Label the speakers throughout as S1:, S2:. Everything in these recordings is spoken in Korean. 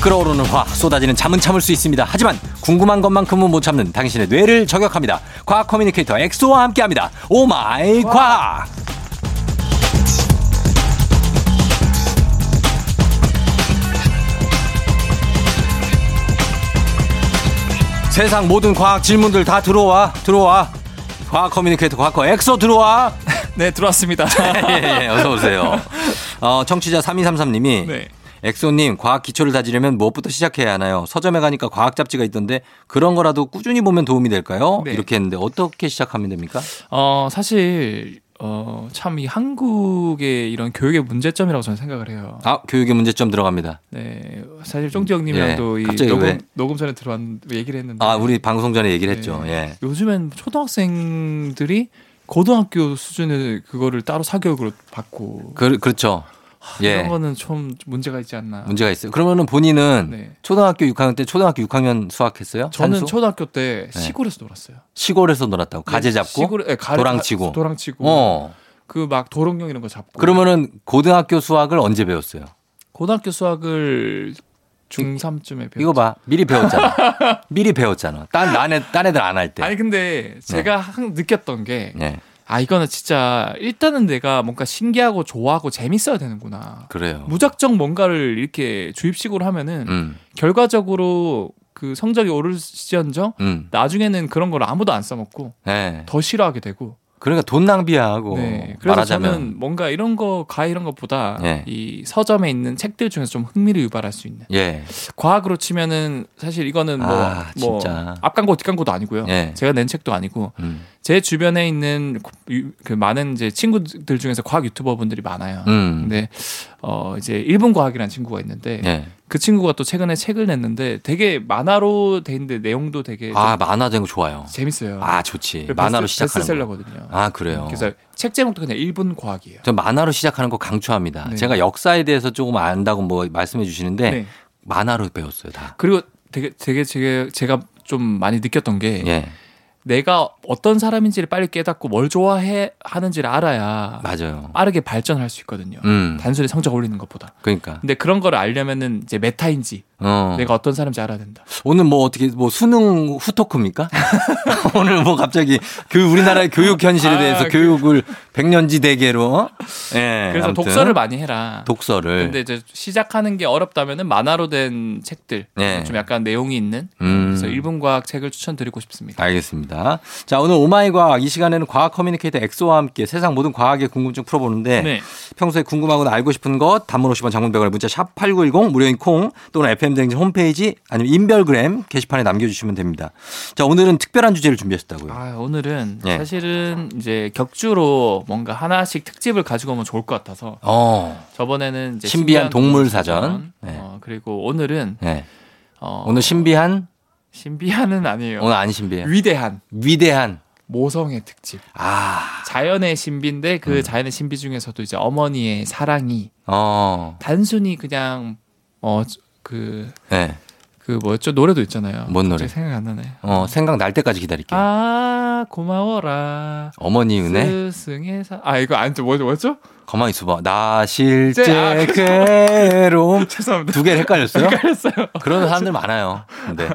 S1: 끓어오르는 화 쏟아지는 잠은 참을 수 있습니다. 하지만 궁금한 것만큼은 못 참는 당신의 뇌를 저격합니다. 과학 커뮤니케이터 엑소와 함께합니다. 오마이 과학. 세상 모든 과학 질문들 다 들어와 들어와 과학 커뮤니케이터 과학과 엑소 들어와
S2: 네, 들어왔습니다.
S1: 예, 예, 어서 오세요. 어, 청취자 3233님이
S2: 네.
S1: 엑소님 과학 기초를 다지려면 무엇부터 시작해야 하나요? 서점에 가니까 과학 잡지가 있던데 그런 거라도 꾸준히 보면 도움이 될까요?
S2: 네.
S1: 이렇게 했는데 어떻게 시작하면 됩니까?
S2: 어, 사실 어, 참 이 한국의 이런 교육의 문제점이라고 저는 생각을 해요.
S1: 아 교육의 문제점 들어갑니다.
S2: 네. 사실 쫑지 형님이랑도
S1: 예,
S2: 이
S1: 갑자기
S2: 녹음
S1: 왜?
S2: 녹음 전에 들어왔는데 얘기를 했는데
S1: 아 우리 방송 전에 얘기를
S2: 네.
S1: 했죠. 예.
S2: 요즘엔 초등학생들이 고등학교 수준의 그거를 따로 사교육으로 받고
S1: 그, 그렇죠. 예.
S2: 이런 아, 거는 좀 문제가 있지 않나.
S1: 문제가 있어요. 그러면은 본인은
S2: 네.
S1: 초등학교 6학년 때 초등학교 6학년 수학했어요?
S2: 저는
S1: 산수?
S2: 초등학교 때
S1: 네.
S2: 시골에서 놀았어요.
S1: 시골에서 놀았다고 가재 잡고
S2: 시골에- 네, 가를-
S1: 도랑 치고.
S2: 도랑 치고
S1: 어.
S2: 그 막 도롱뇽 이런 거 잡고
S1: 그러면은 고등학교 수학을 언제 배웠어요?
S2: 고등학교 수학을 중3쯤에 배웠
S1: 이거 봐. 미리 배웠잖아. 미리 배웠잖아. 딴, 난 애, 딴 애들 안 할 때. 네.
S2: 아니 근데 제가 항상 느꼈던 게 아
S1: 예.
S2: 이거는 진짜 일단은 내가 뭔가 신기하고 좋아하고 재밌어야 되는구나.
S1: 그래요.
S2: 무작정 뭔가를 이렇게 주입식으로 하면은
S1: 음,
S2: 결과적으로 그 성적이 오를지언정
S1: 음.
S2: 나중에는 그런 걸 아무도 안 써먹고
S1: 예.
S2: 더 싫어하게 되고.
S1: 그러니까 돈 낭비하고
S2: 네. 그래서
S1: 말하자면.
S2: 저는 뭔가 이런 거 과외 이런 것보다
S1: 예.
S2: 이 서점에 있는 책들 중에서 좀 흥미를 유발할 수 있는
S1: 예.
S2: 과학으로 치면은 사실 이거는 뭐,
S1: 아,
S2: 뭐
S1: 진짜.
S2: 앞광고 뒷광고도 아니고요.
S1: 예.
S2: 제가 낸 책도 아니고
S1: 음.
S2: 제 주변에 있는 유- 그 많은 이제 친구들 중에서 과학 유튜버분들이 많아요.
S1: 음.
S2: 근데 어 이제 일본 과학이라는 친구가 있는데
S1: 예.
S2: 그 친구가 또 최근에 책을 냈는데 되게 만화로 돼 있는데 내용도 되게 좀
S1: 아, 만화 된거 좋아요.
S2: 재밌어요.
S1: 아, 좋지.
S2: 그래서
S1: 만화로
S2: 베스트-
S1: 시작하는 거.
S2: 베스트셀러거든요.
S1: 아, 그래요.
S2: 그래서 책 제목도 그냥 일본 과학이에요.
S1: 저 만화로 시작하는 거 강추합니다.
S2: 네.
S1: 제가 역사에 대해서 조금 안다고 뭐 말씀해 주시는데
S2: 네.
S1: 만화로 배웠어요, 다.
S2: 그리고 되게 되게 제가 제가 좀 많이 느꼈던 게
S1: 예.
S2: 내가 어떤 사람인지를 빨리 깨닫고 뭘 좋아해 하는지를 알아야
S1: 맞아요.
S2: 빠르게 발전할 수 있거든요.
S1: 음.
S2: 단순히 성적 올리는 것보다.
S1: 그러니까.
S2: 근데 그런 걸 알려면은 이제 메타인지
S1: 어.
S2: 내가 어떤 사람인지 알아야 된다.
S1: 오늘 뭐 어떻게 뭐 수능 후토크입니까? 오늘 뭐 갑자기 그 우리나라의 교육 현실에
S2: 아,
S1: 대해서
S2: 그-
S1: 교육을 백년지 대계로 어? 예.
S2: 그래서
S1: 아무튼
S2: 독서를 많이 해라.
S1: 독서를 네.
S2: 근데 이제 시작하는 게 어렵다면은 만화로 된 책들
S1: 네.
S2: 좀 약간 내용이 있는
S1: 음.
S2: 그래서 일본 과학 책을 추천드리고 싶습니다.
S1: 알겠습니다. 자, 오늘 오마이 과학 이 시간에는 과학 커뮤니케이터 엑소와 함께 세상 모든 과학의 궁금증 풀어보는데
S2: 네.
S1: 평소에 궁금하거나 알고 싶은 것 단문 50원 장문 100원 문자 샵 8910 무료인 콩 또는 FM 댕진 홈페이지 아니면 인별그램 게시판에 남겨 주시면 됩니다. 자, 오늘은 특별한 주제를 준비했다고요.
S2: 아, 오늘은
S1: 네.
S2: 사실은 이제 격주로 뭔가 하나씩 특집을 가지고 오면 좋을 것 같아서
S1: 어.
S2: 저번에는 이제
S1: 신비한 동물 사전. 네.
S2: 어, 그리고 오늘은
S1: 예.
S2: 어,
S1: 오늘 신비한
S2: 신비한은 아니에요.
S1: 오늘 안 신비해.
S2: 위대한
S1: 위대한
S2: 모성의 특집.
S1: 아,
S2: 자연의 신비인데
S1: 음.
S2: 그 자연의 신비 중에서도 이제 어머니의 사랑이
S1: 어,
S2: 단순히 그냥 어 그
S1: 네.
S2: 그 뭐였죠 노래도 있잖아요.
S1: 뭔 노래?
S2: 갑자기 생각 안 나네.
S1: 어, 생각 날 때까지 기다릴게요.
S2: 아 고마워라.
S1: 어머니 은혜,
S2: 스승의 사. 아 이거 안죠 뭐죠 뭐였죠?
S1: 가만히 있어봐. 나 실제
S2: 제- 아,
S1: 괴로움.
S2: 죄송합니다.
S1: 두 개를 헷갈렸어요?
S2: 헷갈렸어요.
S1: 그런 사람들 많아요. 근데.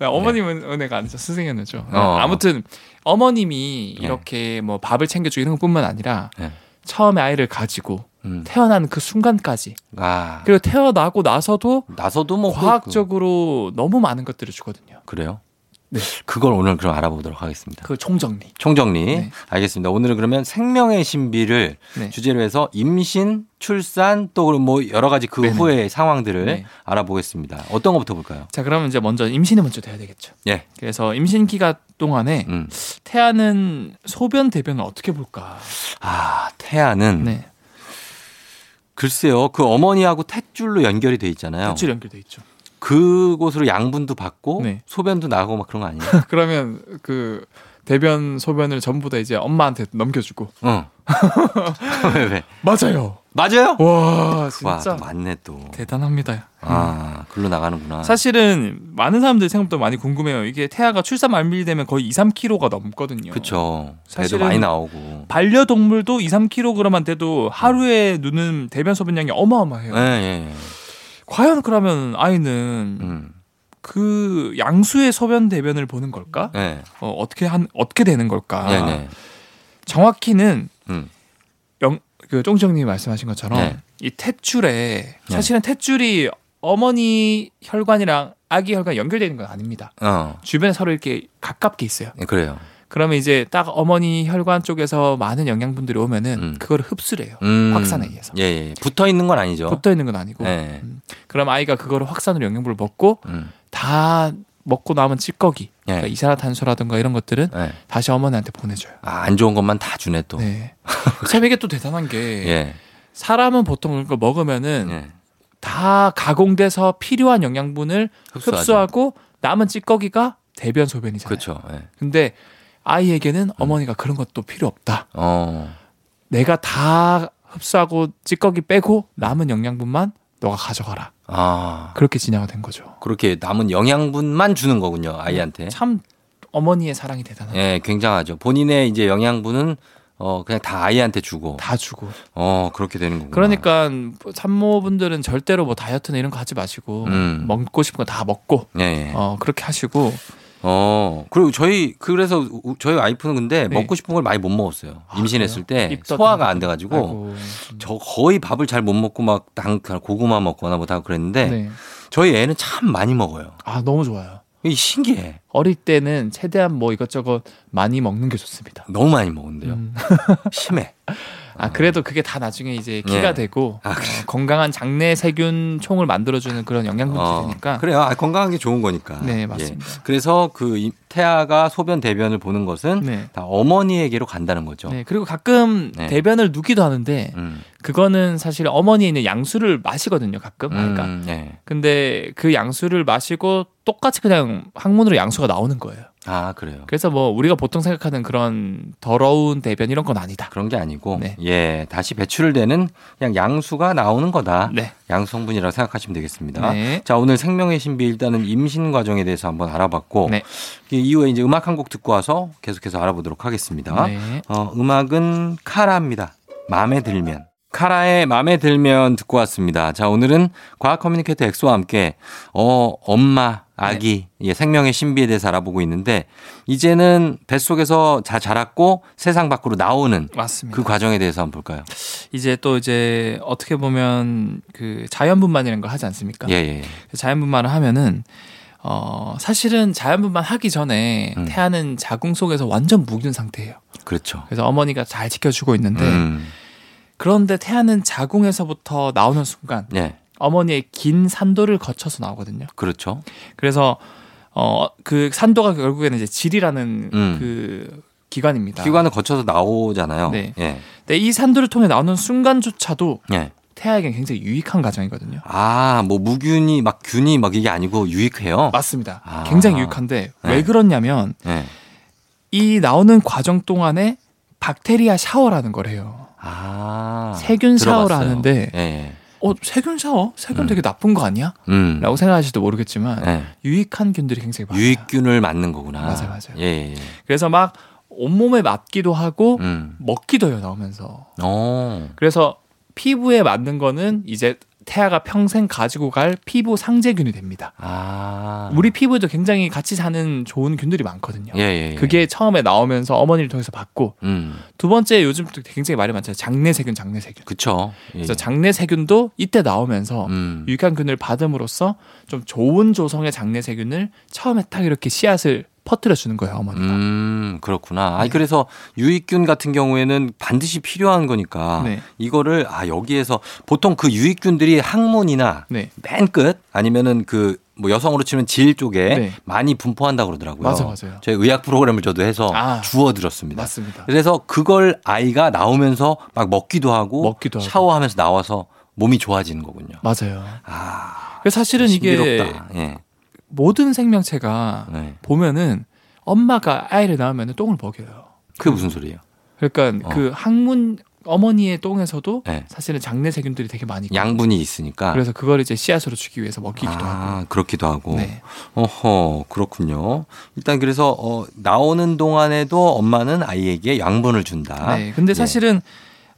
S2: 네, 어머님은 은혜가 아니죠 스승의 은혜죠. 네.
S1: 어.
S2: 아무튼 어머님이
S1: 네.
S2: 이렇게 뭐 밥을 챙겨주고 이런 것뿐만 아니라
S1: 네.
S2: 처음에 아이를 가지고
S1: 음.
S2: 태어난 그 순간까지
S1: 아,
S2: 그리고 태어나고 나서도
S1: 나서도 뭐. 그-
S2: 과학적으로 너무 많은 것들을 주거든요.
S1: 그, 래요
S2: 네.
S1: 그걸 오늘 그럼 알아보도록 하겠습니다.
S2: 그 총정리.
S1: 총정리.
S2: 네.
S1: 알겠습니다. 오늘은 그러면 생명의 신비를
S2: 네.
S1: 주제로 해서 임신, 출산 또 뭐 여러 가지 그
S2: 네네.
S1: 후의 상황들을
S2: 네.
S1: 알아보겠습니다. 어떤 것부터 볼까요?
S2: 자, 그러면 이제 먼저 임신이 먼저 돼야 되겠죠.
S1: 예.
S2: 그래서 임신 기간 동안에
S1: 음.
S2: 태아는 소변 대변을 어떻게 볼까?
S1: 아, 태아는
S2: 네,
S1: 글쎄요. 그 어머니하고 탯줄로 연결이 돼 있잖아요.
S2: 구출 연결돼 있죠.
S1: 그곳으로 양분도 받고
S2: 네.
S1: 소변도 나고 막 그런 거 아니에요?
S2: 그러면 그 대변 소변을 전부 다 이제 엄마한테 넘겨주고
S1: 어. 왜 왜?
S2: 맞아요.
S1: 맞아요?
S2: 와
S1: 와,
S2: 진짜
S1: 맞네 또.
S2: 대단합니다.
S1: 아, 글로 나가는구나.
S2: 사실은 많은 사람들이 생각보다 많이 궁금해요. 이게 태아가 출산 만밀이 되면 거의 2, 3kg가 넘거든요.
S1: 그렇죠. 배도
S2: 사실은
S1: 많이 나오고.
S2: 반려동물도 2, 3kg만 돼도 하루에 누는 대변 소변량이
S1: 예,
S2: 어마어마해요.
S1: 예. 예.
S2: 과연 그러면 아이는
S1: 음.
S2: 그 양수의 소변 대변을 보는 걸까?
S1: 네.
S2: 어, 어떻게 한 어떻게 되는 걸까?
S1: 네네.
S2: 정확히는
S1: 음.
S2: 그 쫑정님이 말씀하신 것처럼
S1: 네.
S2: 이 탯줄에 사실은 탯줄이 어머니 혈관이랑 아기 혈관 연결되는 건 아닙니다.
S1: 어.
S2: 주변에 서로 이렇게 가깝게 있어요.
S1: 네, 그래요.
S2: 그러면 이제 딱 어머니 혈관 쪽에서 많은 영양분들이 오면은
S1: 음.
S2: 그걸 흡수를 해요.
S1: 음.
S2: 확산에 의해서.
S1: 예, 예. 붙어 있는 건 아니죠.
S2: 붙어 있는 건 아니고.
S1: 네.
S2: 그럼 아이가 그거를 확산으로 영양분을 먹고
S1: 음.
S2: 다 먹고 남은 찌꺼기,
S1: 예.
S2: 그러니까 이산화탄소라든가 이런 것들은
S1: 네.
S2: 다시 어머니한테 보내줘요.
S1: 아, 안 좋은 것만 다 주네 또.
S2: 네. 참 이게 또 대단한 게
S1: 예.
S2: 사람은 보통 그걸 먹으면은
S1: 예.
S2: 다 가공돼서 필요한 영양분을
S1: 흡수하죠.
S2: 흡수하고 남은 찌꺼기가 대변 소변이잖아요.
S1: 그렇죠. 음. 예.
S2: 근데 아이에게는 어머니가 그런 것도 필요 없다.
S1: 어.
S2: 내가 다 흡수하고 찌꺼기 빼고 남은 영양분만 너가 가져가라.
S1: 아.
S2: 그렇게 진화가 된 거죠.
S1: 그렇게 남은 영양분만 주는 거군요, 아이한테.
S2: 참 어머니의 사랑이 대단하다.
S1: 예, 굉장하죠. 본인의 이제 영양분은 어, 그냥 다 아이한테 주고.
S2: 다 주고.
S1: 어, 그렇게 되는 거구나.
S2: 그러니까 산모분들은 절대로 뭐 다이어트나 이런 거 하지 마시고
S1: 음.
S2: 먹고 싶은 거 다 먹고
S1: 예, 예.
S2: 어 그렇게 하시고
S1: 어 그리고 저희 그래서 우- 저희 와이프는 근데
S2: 네.
S1: 먹고 싶은 걸 많이 못 먹었어요.
S2: 아,
S1: 임신했을 때
S2: 입덧
S1: 소화가 안
S2: 아이고. 음.
S1: 돼가지고 저 거의 밥을 잘 못 먹고 막당 고구마 먹거나 뭐 다 그랬는데
S2: 네.
S1: 저희 애는 참 많이 먹어요.
S2: 아 너무 좋아요.
S1: 이게 신기해.
S2: 어릴 때는 최대한 뭐 이것저것 많이 먹는 게 좋습니다.
S1: 너무 많이 먹는데요.
S2: 음.
S1: 심해.
S2: 아 그래도 그게 다 나중에 이제 키가
S1: 예.
S2: 되고
S1: 아,
S2: 어, 건강한 장내 세균 총을 만들어주는 그런
S1: 어,
S2: 영양분들이니까.
S1: 그래요. 아, 건강한 게 좋은 거니까.
S2: 네
S1: 예.
S2: 맞습니다.
S1: 그래서 그 이- 태아가 소변 대변을 보는 것은
S2: 네.
S1: 다 어머니에게로 간다는 거죠.
S2: 네 그리고 가끔
S1: 음, 그렇죠. 네.
S2: 대변을 누기도 하는데
S1: 음.
S2: 그거는 사실 어머니 있는 양수를 마시거든요 가끔 그러니까
S1: 음, 네.
S2: 근데 그 양수를 마시고 똑같이 그냥 항문으로 양수가 나오는 거예요.
S1: 아 그래요.
S2: 그래서 뭐 우리가 보통 생각하는 그런 더러운 대변 이런 건 아니다.
S1: 그런 게 아니고
S2: 네.
S1: 예 다시 배출되는 그냥 양수가 나오는 거다
S2: 네.
S1: 양성분이라고 생각하시면 되겠습니다
S2: 네.
S1: 자 오늘 생명의 신비 일단은 임신 과정에 대해서 한번 알아봤고
S2: 네.
S1: 그 이후에 이제 음악 한 곡 듣고 와서 계속해서 알아보도록 하겠습니다
S2: 네.
S1: 어, 음악은 카라입니다 마음에 들면 카라의 마음에 들면 듣고 왔습니다 자 오늘은 과학 커뮤니케이터 엑소와 함께 어 엄마 아기
S2: 네.
S1: 예, 생명의 신비에 대해서 알아보고 있는데 이제는 뱃속에서 자 자랐고 세상 밖으로 나오는
S2: 맞습니다.
S1: 그 과정에 대해서 한번 볼까요?
S2: 이제 또 이제 어떻게 보면 그 자연분만이라는 걸 하지 않습니까? 그
S1: 예, 예.
S2: 자연분만을 하면은 어 사실은 자연분만 하기 전에
S1: 음.
S2: 태아는 자궁 속에서 완전 무균 상태예요.
S1: 그렇죠.
S2: 그래서 어머니가 잘 지켜주고 있는데
S1: 음,
S2: 그런데 태아는 자궁에서부터 나오는 순간
S1: 예.
S2: 어머니의 긴 산도를 거쳐서 나오거든요.
S1: 그렇죠.
S2: 그래서 어 그 산도가 결국에는 이제 질이라는
S1: 음.
S2: 그 기관입니다.
S1: 기관을 거쳐서 나오잖아요.
S2: 네.
S1: 예.
S2: 근데 이 산도를 통해 나오는 순간조차도
S1: 예.
S2: 태아에겐 굉장히 유익한 과정이거든요.
S1: 아, 뭐 무균이 막 균이 막 이게 아니고 유익해요.
S2: 맞습니다.
S1: 아.
S2: 굉장히 유익한데
S1: 네.
S2: 왜 그렇냐면
S1: 예.
S2: 이 나오는 과정 동안에 박테리아 샤워라는 걸 해요.
S1: 아.
S2: 세균 샤워를
S1: 들어봤어요.
S2: 하는데
S1: 예. 예.
S2: 어 세균 샤워? 세균
S1: 음.
S2: 되게 나쁜 거 아니야?
S1: 음.
S2: 라고 생각하실지도 모르겠지만
S1: 예.
S2: 유익한 균들이 굉장히 많아요.
S1: 유익균을 맞는 거구나.
S2: 맞아요, 맞아요.
S1: 예. 예.
S2: 그래서 막 온몸에 맞기도 하고
S1: 음.
S2: 먹기도 해요 나오면서.
S1: 어.
S2: 그래서 피부에 맞는 거는 이제 태아가 평생 가지고 갈 피부 상재균이 됩니다.
S1: 아.
S2: 우리 피부에도 굉장히 같이 사는 좋은 균들이 많거든요.
S1: 예, 예. 예.
S2: 그게 처음에 나오면서 어머니를 통해서 받고
S1: 음.
S2: 두 번째 요즘 또 굉장히 말이 많잖아요. 장내세균, 장내세균.
S1: 그쵸. 예.
S2: 그래서 장내세균도 이때 나오면서
S1: 음.
S2: 유익한 균을 받음으로써 좀 좋은 조성의 장내세균을 처음에 딱 이렇게 씨앗을 퍼뜨려 주는 거예요, 어머니가.
S1: 음, 그렇구나. 아니,
S2: 네.
S1: 그래서 유익균 같은 경우에는 반드시 필요한 거니까
S2: 네.
S1: 이거를 아, 여기에서 보통 그 유익균들이 항문이나
S2: 네.
S1: 맨 끝 아니면은 그 뭐 여성으로 치면 질 쪽에
S2: 네.
S1: 많이 분포한다 그러더라고요.
S2: 맞아 맞아요.
S1: 저희 의학 프로그램을 저도 해서
S2: 아.
S1: 주워 들었습니다.
S2: 맞습니다.
S1: 그래서 그걸 아이가 나오면서 막 먹기도 하고
S2: 먹기도 하고.
S1: 샤워하면서 나와서 몸이 좋아지는 거군요.
S2: 맞아요.
S1: 아,
S2: 그래서 사실은 이게
S1: 신비롭다. 예.
S2: 모든 생명체가
S1: 네.
S2: 보면은 엄마가 아이를 낳으면 똥을 먹여요.
S1: 그게 무슨 소리예요?
S2: 그러니까
S1: 어.
S2: 그 항문 어머니의 똥에서도
S1: 네.
S2: 사실은 장내 세균들이 되게 많이 있고
S1: 양분이 있으니까.
S2: 그래서 그걸 이제 씨앗으로 주기 위해서 먹이기도 하고.
S1: 아, 그렇기도 하고.
S2: 네.
S1: 어허, 그렇군요. 일단 그래서 어, 나오는 동안에도 엄마는 아이에게 양분을 준다.
S2: 네. 근데
S1: 예. 예.
S2: 사실은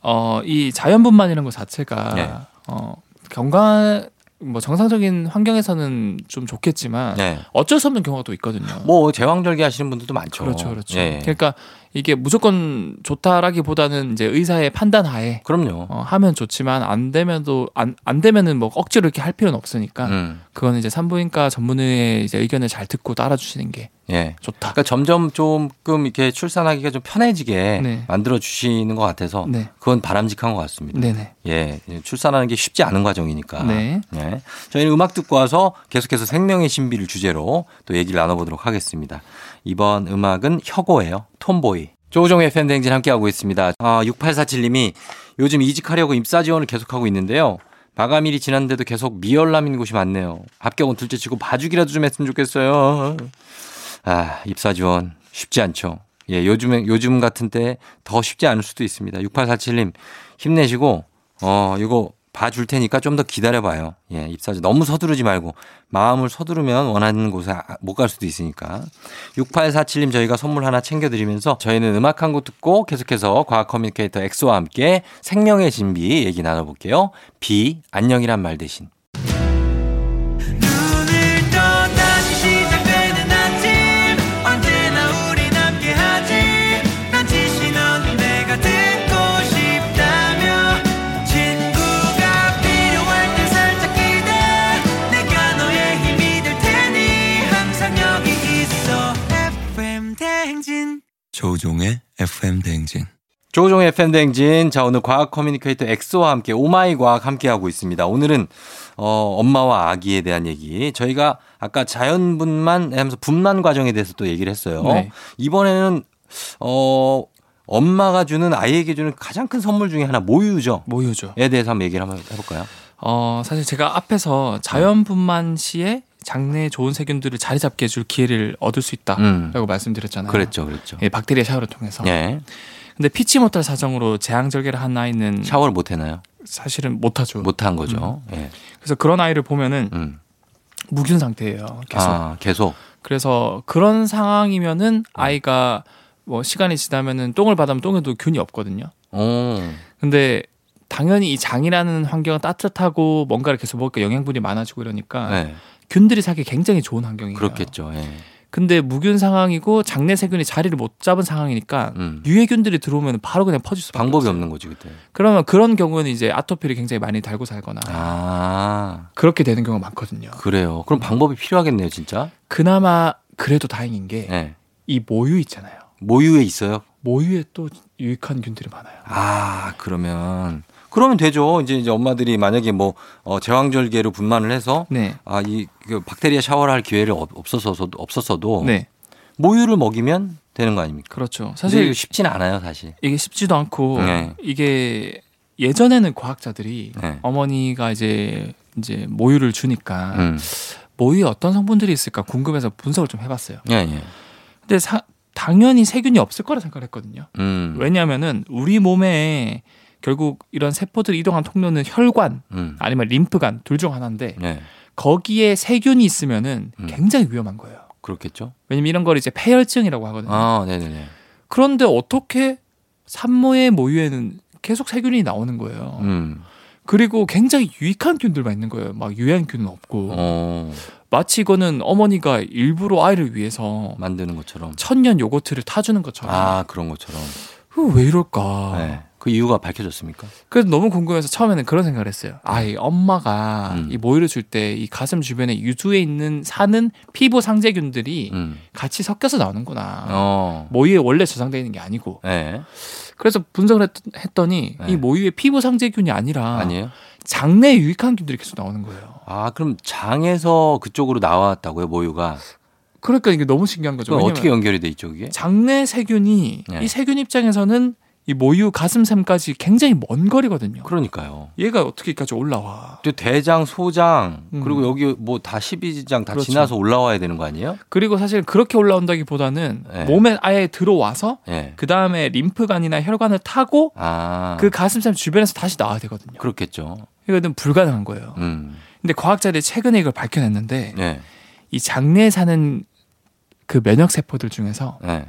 S2: 어, 이 자연분만이라는 것 자체가
S1: 네.
S2: 어, 건강 뭐 정상적인 환경에서는 좀 좋겠지만
S1: 네.
S2: 어쩔 수 없는 경우가 또 있거든요.
S1: 뭐 제왕절개 하시는 분들도 많죠.
S2: 그렇죠, 그렇죠.
S1: 예.
S2: 그러니까 이게 무조건 좋다라기보다는 이제 의사의 판단하에
S1: 그럼요.
S2: 어, 하면 좋지만 안 되면도 안, 안 되면은 뭐 억지로 이렇게 할 필요는 없으니까
S1: 음.
S2: 그거는 이제 산부인과 전문의의 이제 의견을 잘 듣고 따라주시는 게
S1: 예.
S2: 좋다.
S1: 그러니까 점점 조금 이렇게 출산하기가 좀 편해지게
S2: 네.
S1: 만들어 주시는 것 같아서
S2: 네,
S1: 그건 바람직한 것 같습니다.
S2: 네네.
S1: 예, 출산하는 게 쉽지 않은 과정이니까.
S2: 네.
S1: 예. 저희는 음악 듣고 와서 계속해서 생명의 신비를 주제로 또 얘기를 나눠보도록 하겠습니다. 이번 음악은 혁오예요. 톰보이. 조우종의 팬댕진 함께하고 있습니다. 아, 6847님이 요즘 이직하려고 입사 지원을 계속하고 있는데요. 마감일이 지났는데도 계속 미열남인 곳이 많네요. 합격은 둘째 치고 봐주기라도 좀 했으면 좋겠어요. 아, 입사 지원 쉽지 않죠. 예, 요즘에 요즘 같은 때 더 쉽지 않을 수도 있습니다. 6847님 힘내시고 어, 이거 봐줄 테니까 좀 더 기다려봐요. 예, 입사지 너무 서두르지 말고 마음을 서두르면 원하는 곳에 아, 못 갈 수도 있으니까. 6847님 저희가 선물 하나 챙겨드리면서 저희는 음악 한 곡 듣고 계속해서 과학 커뮤니케이터 엑소와 함께 생명의 신비 얘기 나눠볼게요. 비 안녕이란 말 대신.
S3: 눈을 떠 다시 시작되는 아침 언제나 우린 함께하지 난 지시 넌 내가 듣고 싶다며 친구가 필요할 때 살짝 기대 내가 너의 힘이 될 테니 항상 여기 있어 FM 대행진
S4: 조우종의 FM 대행진.
S1: 조종의 팬댕진. 자, 오늘 과학 커뮤니케이터 엑소와 함께 오마이 과학 함께하고 있습니다. 오늘은, 어, 엄마와 아기에 대한 얘기. 저희가 아까 자연분만 하면서 분만 과정에 대해서 또 얘기를 했어요.
S2: 네.
S1: 이번에는, 어, 엄마가 주는 아이에게 주는 가장 큰 선물 중에 하나 모유죠.
S2: 모유죠.
S1: 에 대해서 한번 얘기를 한번 해볼까요?
S2: 어, 사실 제가 앞에서 자연분만 시에 장내에 좋은 세균들을 자리 잡게 해줄 기회를 얻을 수 있다라고
S1: 음.
S2: 말씀드렸잖아요.
S1: 그랬죠, 그랬죠.
S2: 아, 예, 박테리아 샤워를 통해서.
S1: 예.
S2: 근데 피치 못할 사정으로 재앙절개를 한 아이는
S1: 샤워를 못 해나요?
S2: 사실은 못하죠.
S1: 못한 거죠.
S2: 음.
S1: 예.
S2: 그래서 그런 아이를 보면은
S1: 음.
S2: 무균 상태예요. 계속.
S1: 아, 음. 계속.
S2: 그래서 그런 상황이면은 아이가 뭐 시간이 지나면은 똥을 받으면 똥에도 균이 없거든요.
S1: 오.
S2: 근데 당연히 이 장이라는 환경은 따뜻하고 뭔가를 계속 먹으니까 영양분이 많아지고 이러니까
S1: 예.
S2: 균들이 살기 굉장히 좋은 환경이에요.
S1: 그렇겠죠. 예.
S2: 근데 무균 상황이고 장내 세균이 자리를 못 잡은 상황이니까
S1: 음.
S2: 유해균들이 들어오면 바로 그냥 퍼질 수밖에
S1: 방법이
S2: 없어요.
S1: 없는 거지, 그때.
S2: 그러면 그런 경우는 이제 아토피를 굉장히 많이 달고 살거나
S1: 아.
S2: 그렇게 되는 경우가 많거든요.
S1: 그래요. 그럼 방법이 필요하겠네요, 진짜.
S2: 그나마 그래도 다행인 게
S1: 예.
S2: 이 모유 있잖아요.
S1: 모유에 있어요.
S2: 모유에 또 유익한 균들이 많아요.
S1: 아, 그러면 그러면 되죠. 이제 이제 엄마들이 만약에 뭐 어, 제왕절개로 분만을 해서
S2: 네.
S1: 아, 이그 박테리아 샤워를 할 기회를 없- 없어서도 없었어도
S2: 네.
S1: 모유를 먹이면 되는 거 아닙니까?
S2: 그렇죠.
S1: 사실
S2: 사실
S1: 이거 쉽진 않아요, 사실.
S2: 이게 쉽지도 않고
S1: 네.
S2: 이게 예전에는 과학자들이
S1: 네.
S2: 어머니가 이제 이제 모유를 주니까
S1: 음.
S2: 모유에 어떤 성분들이 있을까 궁금해서 분석을 좀 해봤어요.
S1: 예, 예.
S2: 근데 사- 당연히 세균이 없을 거라 생각했거든요.
S1: 음.
S2: 왜냐하면은 우리 몸에 결국 이런 세포들이 이동한 통로는 혈관
S1: 음.
S2: 아니면 림프관 둘 중 하나인데
S1: 예.
S2: 거기에 세균이 있으면은
S1: 음.
S2: 굉장히 위험한 거예요.
S1: 그렇겠죠?
S2: 왜냐면 이런 걸 이제 폐혈증이라고 하거든요.
S1: 아, 네, 네, 네.
S2: 그런데 어떻게 산모의 모유에는 계속 세균이 나오는 거예요.
S1: 음.
S2: 그리고 굉장히 유익한 균들만 있는 거예요. 막 유해한균은 없고
S1: 어,
S2: 마치 이거는 어머니가 일부러 아이를 위해서
S1: 만드는 것처럼.
S2: 천년 요거트를 타주는 것처럼
S1: 아, 그런 것처럼.
S2: 그거 왜 이럴까?
S1: 예. 그 이유가 밝혀졌습니까?
S2: 그래서 너무 궁금해서 처음에는 그런 생각을 했어요. 아, 이 엄마가
S1: 음.
S2: 이 모유를 줄 때 이 가슴 주변에 유두에 있는 사는 피부 상재균들이
S1: 음.
S2: 같이 섞여서 나오는구나.
S1: 어.
S2: 모유에 원래 저장되어 있는 게 아니고.
S1: 예.
S2: 그래서 분석을 했, 더니
S1: 네.
S2: 이 모유에 피부 상재균이 아니라
S1: 아니에요?
S2: 장내에 유익한 균들이 계속 나오는 거예요.
S1: 아, 그럼 장에서 그쪽으로 나왔다고요, 모유가?
S2: 그러니까 이게 너무 신기한 거죠.
S1: 그럼
S2: 왜냐면
S1: 어떻게 연결이 돼 있죠, 그게?
S2: 장내 세균이
S1: 네.
S2: 이 세균 입장에서는 이 모유 가슴샘까지 굉장히 먼 거리거든요.
S1: 그러니까요.
S2: 얘가 어떻게까지 올라와?
S1: 또 대장, 소장,
S2: 음.
S1: 그리고 여기 뭐 다 12지장 다
S2: 그렇죠.
S1: 지나서 올라와야 되는 거 아니에요?
S2: 그리고 사실 그렇게 올라온다기보다는
S1: 네.
S2: 몸에 아예 들어와서
S1: 예.
S2: 그 다음에 림프관이나 혈관을 타고
S1: 아.
S2: 그
S1: 그...
S2: 가슴샘 주변에서 다시 나와야 되거든요.
S1: 렇겠죠
S2: 이거는 불가능한 거예요.
S1: 음.
S2: 근데 과학자들이 최근에 이걸 밝혀냈는데
S1: 예.
S2: 이 장내에 사는 그 면역 세포들 중에서
S1: 예.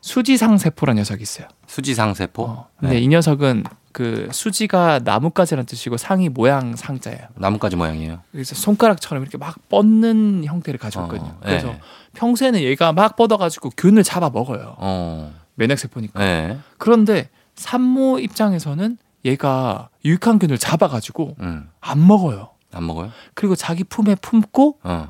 S2: 수지상 세포란 녀석이 있어요.
S1: 수지상세포? 예.
S2: 어, 근데 이 녀석은 그 수지가 나뭇가지라는 뜻이고 상이 모양 상자예요.
S1: 나뭇가지 모양이에요.
S2: 그래서 손가락처럼 이렇게 막 뻗는 형태를 가지고 있거든요.
S1: 어, 예.
S2: 그래서 평소에는 얘가 막 뻗어가지고 균을 잡아 먹어요.
S1: 어.
S2: 면역세포니까.
S1: 예.
S2: 그런데 산모 입장에서는 얘가 유익한 균을 잡아가지고
S1: 음.
S2: 안 먹어요.
S1: 안 먹어요?
S2: 그리고 자기 품에 품고
S1: 어.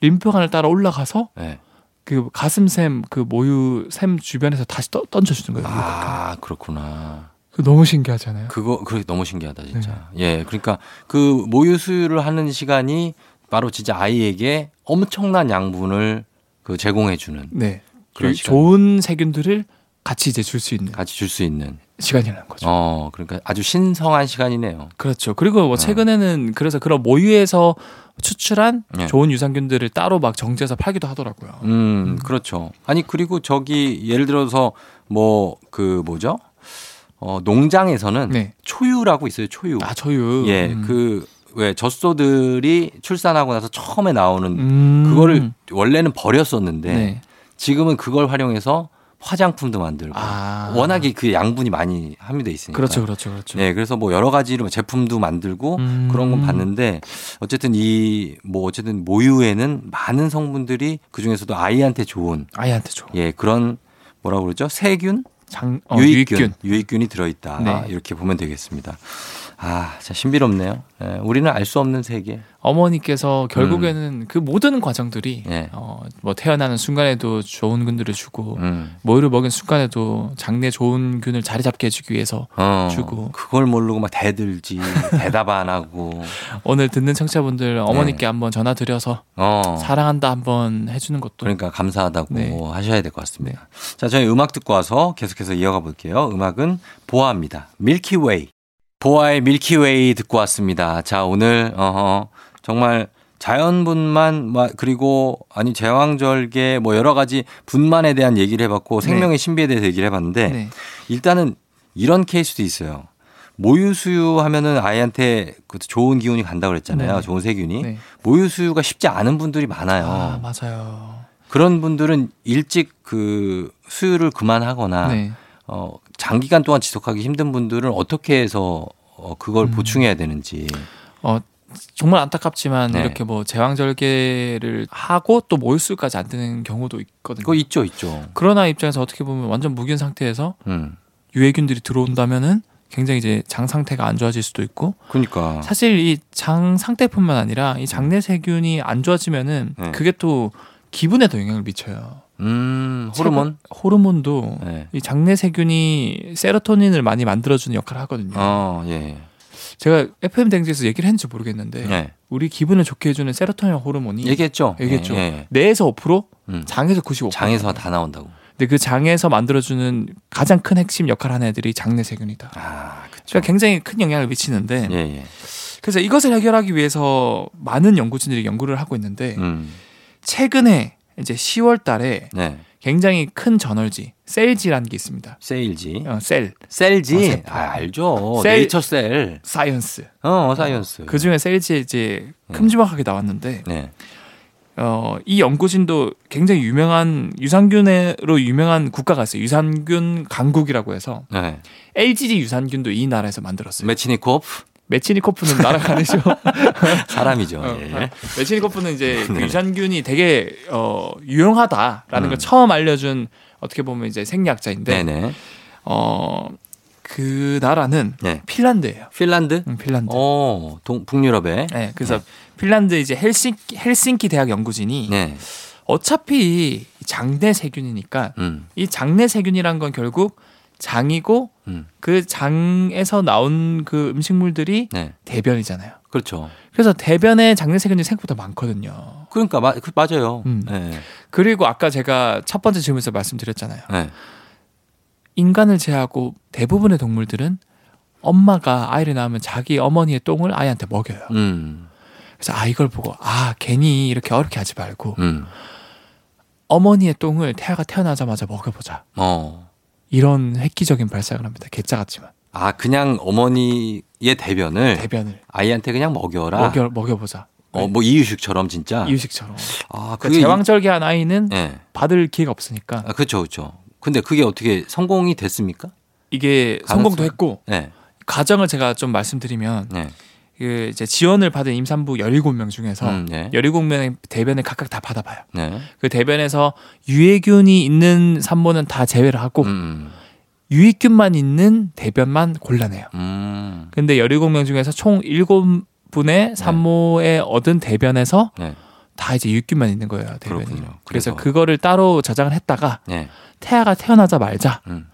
S2: 림프관을 따라 올라가서
S1: 예.
S2: 그 가슴샘 그 모유샘 주변에서 다시 떠- 던져주는 거예요.
S1: 아, 그렇구나.
S2: 그거 너무 신기하잖아요.
S1: 그거 그게 너무 신기하다, 진짜. 예. 그러니까 그 모유 수유를 하는 시간이 바로 진짜 아이에게 엄청난 양분을 그 제공해 주는
S2: 네.
S1: 그런
S2: 그
S1: 시간.
S2: 좋은 세균들을 같이 이제 줄 수 있는
S1: 같이 줄 수 있는
S2: 시간이라는 거죠.
S1: 어, 그러니까 아주 신성한 시간이네요.
S2: 아, 그렇죠. 그리고 뭐 최근에는 그래서 그런 모유에서 추출한
S1: 예.
S2: 좋은 유산균들을 따로 막 정제해서 팔기도 하더라고요.
S1: 음, 그렇죠. 아니 그리고 저기 예를 들어서 뭐 그 뭐죠? 어, 농장에서는
S2: 네.
S1: 초유라고 있어요. 초유.
S2: 아, 저유.
S1: 예,
S2: 음.
S1: 그 왜 젖소들이 출산하고 나서 처음에 나오는
S2: 음.
S1: 그거를 원래는 버렸었는데
S2: 네.
S1: 지금은 그걸 활용해서 화장품도 만들고
S2: 아.
S1: 워낙에 그 양분이 많이 함유돼 있으니까.
S2: 그렇죠. 그렇죠. 그렇죠.
S1: 네, 그래서 뭐 여러 가지로 제품도 만들고
S2: 음.
S1: 그런 건 봤는데 어쨌든 이 뭐 어쨌든 모유에는 많은 성분들이 그 중에서도 아이한테 좋은
S2: 아이한테 줘.
S1: 예 그런 뭐라고 그러죠 세균
S2: 장 어,
S1: 유익균 유익균. 이 들어있다
S2: 네.
S1: 이렇게 보면 되겠습니다. 아, 자 신비롭네요. 예, 우리는 알 수 없는 세계. 음.
S2: 어머니께서 결국에는 그 모든 과정들이
S1: 예.
S2: 어, 뭐 태어나는 순간에도 좋은 균들을 주고
S1: 음.
S2: 모유를 먹은 순간에도 장내 좋은 균을 자리 잡게 해주기 위해서
S1: 어,
S2: 주고.
S1: 그걸 모르고 막 대들지 대답 안 하고
S2: 오늘 듣는 청취자분들 어머니께 한번 전화 드려서
S1: 네. 어
S2: 사랑한다 한번 해주는 것도
S1: 그러니까 감사하다고
S2: 네.
S1: 하셔야 될 것 같습니다. 자, 저희 음악 듣고 와서 계속해서 이어가 볼게요. 음악은 보아입니다. 밀키웨이. 보아의 밀키웨이 듣고 왔습니다. 자, 오늘 어허, 정말 자연분만 마- 그리고 아니 제왕절개 뭐 여러 가지 분만에 대한 얘기를 해봤고 생명의 신비에 대해서 얘기를 해봤는데
S2: 네.
S1: 일단은 이런 케이스도 있어요. 모유 수유하면은 아이한테 그 좋은 기운이 간다 그랬잖아요.
S2: 네.
S1: 좋은 세균이
S2: 네.
S1: 모유 수유가 쉽지 않은 분들이 많아요.
S2: 아 맞아요.
S1: 그런 분들은 일찍 그 수유를 그만하거나
S2: 네.
S1: 어, 장기간 동안 지속하기 힘든 분들은 어떻게 해서 어, 그걸
S2: 음.
S1: 보충해야 되는지.
S2: 어 정말 안타깝지만
S1: 네.
S2: 이렇게 뭐 제왕절개를 하고 또 모유수까지 안 되는 경우도 있거든요.
S1: 그거 있죠, 있죠.
S2: 그런 아이 입장에서 어떻게 보면 완전 무균 상태에서
S1: 음.
S2: 유해균들이 들어온다면은 굉장히 이제 장 상태가 안 좋아질 수도 있고
S1: 그러니까.
S2: 사실 이 장 상태뿐만 아니라 이 장내 세균이 안 좋아지면은
S1: 음. 네.
S2: 그게 또 기분에도 영향을 미쳐요.
S1: 음, 호르몬?
S2: 호르몬도
S1: 네.
S2: 이 장내 세균이 세로토닌을 많이 만들어주는 역할을 하거든요.
S1: 어, 예.
S2: 제가 FM 댕지에서 얘기를 했는지 모르겠는데
S1: 예.
S2: 우리 기분을 좋게 해주는 세로토닌 네. 호르몬이
S1: 얘기했죠.
S2: 얘기했죠.
S1: 예, 예.
S2: 뇌에서 5%
S1: 음.
S2: 장에서 95%
S1: 장에서 다 나온다고.
S2: 근데 그 장에서 만들어주는 가장 큰 핵심 역할 하는 애들이 장내 세균이다.
S1: 아, 그렇죠.
S2: 그러니까 굉장히 큰 영향을 미치는데
S1: 예, 예.
S2: 그래서 이것을 해결하기 위해서 많은 연구진들이 연구를 하고 있는데
S1: 음.
S2: 최근에 이제 10월 달에
S1: 네.
S2: 굉장히 큰 저널지 셀지라는 게 있습니다.
S1: 세일지.
S2: 어, 셀 어,
S1: 셀지.
S2: 세포.
S1: 아, 알죠.
S2: 셀-
S1: 네이처 셀.
S2: 사이언스
S1: 어, 사이언스.
S2: 그 중에 셀지 이제
S1: 음.
S2: 큼지막하게 나왔는데
S1: 네.
S2: 어, 이 연구진도 굉장히 유명한 유산균으로 유명한 국가가 있어요. 유산균 강국이라고 해서
S1: 네.
S2: LGG 유산균도 이 나라에서 만들었어요.
S1: 메치니코프
S2: 메치니코프는 나라가 아니죠.
S1: 사람이죠.
S2: 어,
S1: 예.
S2: 아, 메치니코프는 이제 그
S1: 네.
S2: 유산균이 되게 어, 유용하다라는
S1: 음.
S2: 걸 처음 알려준 어떻게 보면 이제 생리학자인데
S1: 네네.
S2: 어, 그 나라는
S1: 네.
S2: 핀란드예요.
S1: 핀란드?
S2: 음, 핀란드.
S1: 어, 동, 북유럽에.
S2: 네, 그래서 핀란드 이제 헬싱키, 헬싱키 대학 연구진이
S1: 네.
S2: 어차피 이 장내 세균이니까
S1: 음.
S2: 이 장내 세균이란 건 결국 장이고
S1: 음.
S2: 그 장에서 나온 그 음식물들이
S1: 네.
S2: 대변이잖아요.
S1: 그렇죠.
S2: 그래서 대변에 장내 세균이 생각보다 많거든요.
S1: 그러니까 마, 그, 맞아요.
S2: 음.
S1: 네.
S2: 그리고 아까 제가 첫 번째 질문에서 말씀드렸잖아요.
S1: 네.
S2: 인간을 제외하고 대부분의 동물들은 엄마가 아이를 낳으면 자기 어머니의 똥을 아이한테 먹여요.
S1: 음.
S2: 그래서 아 이걸 보고 아 괜히 이렇게 어렵게 하지 말고
S1: 음.
S2: 어머니의 똥을 태아가 태어나자마자 먹여보자.
S1: 어.
S2: 이런 획기적인 발상을 합니다. 개짜 같지만
S1: 아, 그냥 어머니의 대변을
S2: 대변을
S1: 네. 아이한테 그냥 먹여라.
S2: 먹여 먹여보자.
S1: 어, 뭐 이유식처럼 진짜.
S2: 이유식처럼.
S1: 아,
S2: 그러니까 제왕절개한 아이는
S1: 이- 예.
S2: 받을 기회가 없으니까
S1: 아, 그렇죠. 그렇죠. 근데 그게 어떻게 성공이 됐습니까?
S2: 이게
S1: 가능성.
S2: 성공도 했고
S1: 네.
S2: 과정을 제가 좀 말씀드리면
S1: 네.
S2: 그 이제 지원을 받은 임산부 17명 중에서
S1: 음, 네.
S2: 17명의 대변을 각각 다 받아봐요.
S1: 네.
S2: 그 대변에서 유해균이 있는 산모는 다 제외를 하고
S1: 음.
S2: 유익균만 있는 대변만 골라내요.
S1: 음.
S2: 근데 17명 중에서 총 7분의 산모의 얻은 대변에서
S1: 네.
S2: 다 이제 유익균만 있는 거예요, 대변이.
S1: 그렇군요.
S2: 그래서
S1: 그래서-
S2: 그거를 따로 저장을 했다가
S1: 네.
S2: 태아가 태어나자 말자
S1: 음.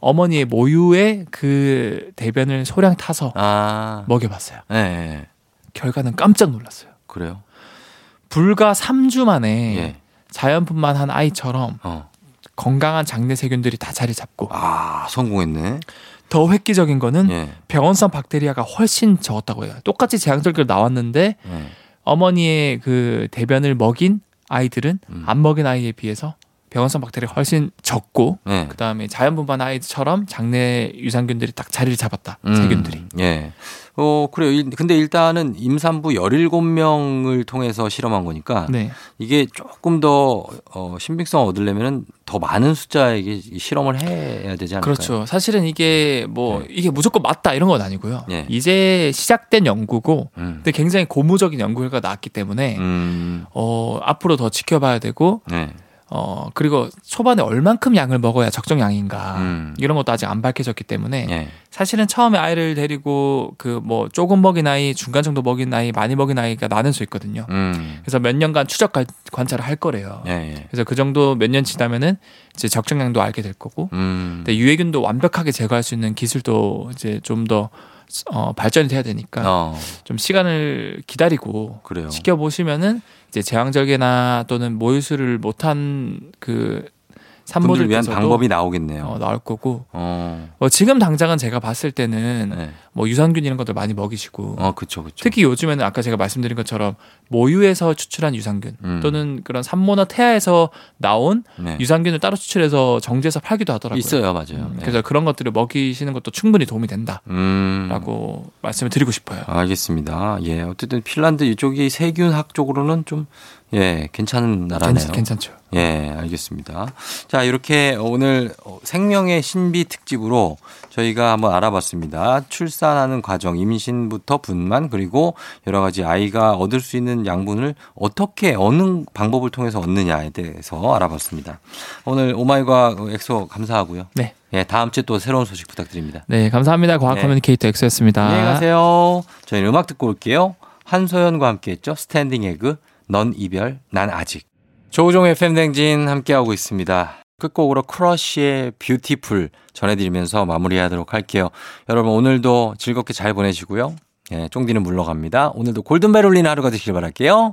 S2: 어머니의 모유에 그 대변을 소량 타서
S1: 아.
S2: 먹여봤어요.
S1: 네, 네. 네.
S2: 결과는 깜짝 놀랐어요.
S1: 그래요.
S2: 불과 3주 만에
S1: 예.
S2: 자연분만 한 아이처럼
S1: 어.
S2: 건강한 장내 세균들이 다 자리 잡고
S1: 아, 성공했네.
S2: 더 획기적인 거는
S1: 예.
S2: 병원성 박테리아가 훨씬 적었다고 해요. 똑같이 제왕절개로 나왔는데
S1: 예.
S2: 어머니의 그 대변을 먹인 아이들은
S1: 음.
S2: 안 먹인 아이에 비해서 병원성 박테리아가 훨씬 적고
S1: 예.
S2: 그다음에 자연분만 아이처럼 장내 유산균들이 딱 자리를 잡았다.
S1: 음,
S2: 세균들이.
S1: 예. 어, 그래요. 일- 근데 일단은 임산부 17명을 통해서 실험한 거니까
S2: 네.
S1: 이게 조금 더 어, 신빙성 을 얻으려면은 더 많은 숫자에게 이 실험을 해야 되지 않을까요? 예.
S2: 그렇죠. 사실은 이게 뭐 이게 무조건 맞다 이런 건 아니고요.
S1: 네.
S2: 이제 시작된 연구고
S1: 음.
S2: 근데 굉장히 고무적인 연구 결과가 나왔기 때문에
S1: 음.
S2: 어, 앞으로 더 지켜봐야 되고
S1: 네.
S2: 어, 그리고 초반에 얼만큼 양을 먹어야 적정 양인가
S1: 음.
S2: 이런 것도 아직 안 밝혀졌기 때문에
S1: 예.
S2: 사실은 처음에 아이를 데리고 그 뭐 조금 먹인 아이, 중간 정도 먹인 아이, 많이 먹인 아이가 나눌 수 있거든요.
S1: 음.
S2: 그래서 몇 년간 추적 관- 관찰을 할 거래요.
S1: 예. 예.
S2: 그래서 그 정도 몇 년 지나면은 이제 적정량도 알게 될 거고
S1: 음.
S2: 근데 유해균도 완벽하게 제거할 수 있는 기술도 이제 좀 더 어, 발전이 돼야 되니까
S1: 어,
S2: 좀 시간을 기다리고
S1: 그래요.
S2: 지켜보시면은 이제 제왕절개나 또는 모유수를 못한 그
S1: 분들 위한
S2: 산모들께서도
S1: 방법이 나오겠네요.
S2: 어, 나올 거고
S1: 어.
S2: 어, 지금 당장은 제가 봤을 때는
S1: 네.
S2: 뭐 유산균 이런 것들 많이 먹이시고
S1: 어, 그렇죠. 그렇죠.
S2: 특히 요즘에는 아까 제가 말씀드린 것처럼 모유에서 추출한 유산균
S1: 음.
S2: 또는 그런 산모나 태아에서 나온
S1: 네.
S2: 유산균을 따로 추출해서 정제해서 팔기도 하더라고요.
S1: 있어요. 맞아요.
S2: 음,
S1: 네.
S2: 그래서 그런 것들을 먹이시는 것도 충분히 도움이 된다라고
S1: 음.
S2: 말씀을 드리고 싶어요.
S1: 알겠습니다. 예, 어쨌든 핀란드 이쪽이 세균학 쪽으로는 좀 예, 괜찮은 나라네요.
S2: 괜찮, 죠
S1: 예, 알겠습니다. 자, 이렇게 오늘 생명의 신비 특집으로 저희가 한번 알아봤습니다. 출산하는 과정, 임신부터 분만 그리고 여러 가지 아이가 얻을 수 있는 양분을 어떻게 어느 방법을 통해서 얻느냐에 대해서 알아봤습니다. 오늘 오마이과 엑소 감사하고요.
S2: 네.
S1: 예, 다음 주에 또 새로운 소식 부탁드립니다.
S2: 네, 감사합니다. 과학
S1: 네.
S2: 커뮤니케이터 엑소였습니다.
S1: 안녕히 가세요. 저희는 음악 듣고 올게요. 한소연과 함께 했죠. 스탠딩 에그, 넌 이별, 난 아직. 조우종의 팬댕진 함께하고 있습니다. 끝곡으로 크러쉬의 뷰티풀 전해드리면서 마무리하도록 할게요. 여러분 오늘도 즐겁게 잘 보내시고요. 예, 쫑디는 물러갑니다. 오늘도 골든벨 울리는 하루가 되시길 바랄게요.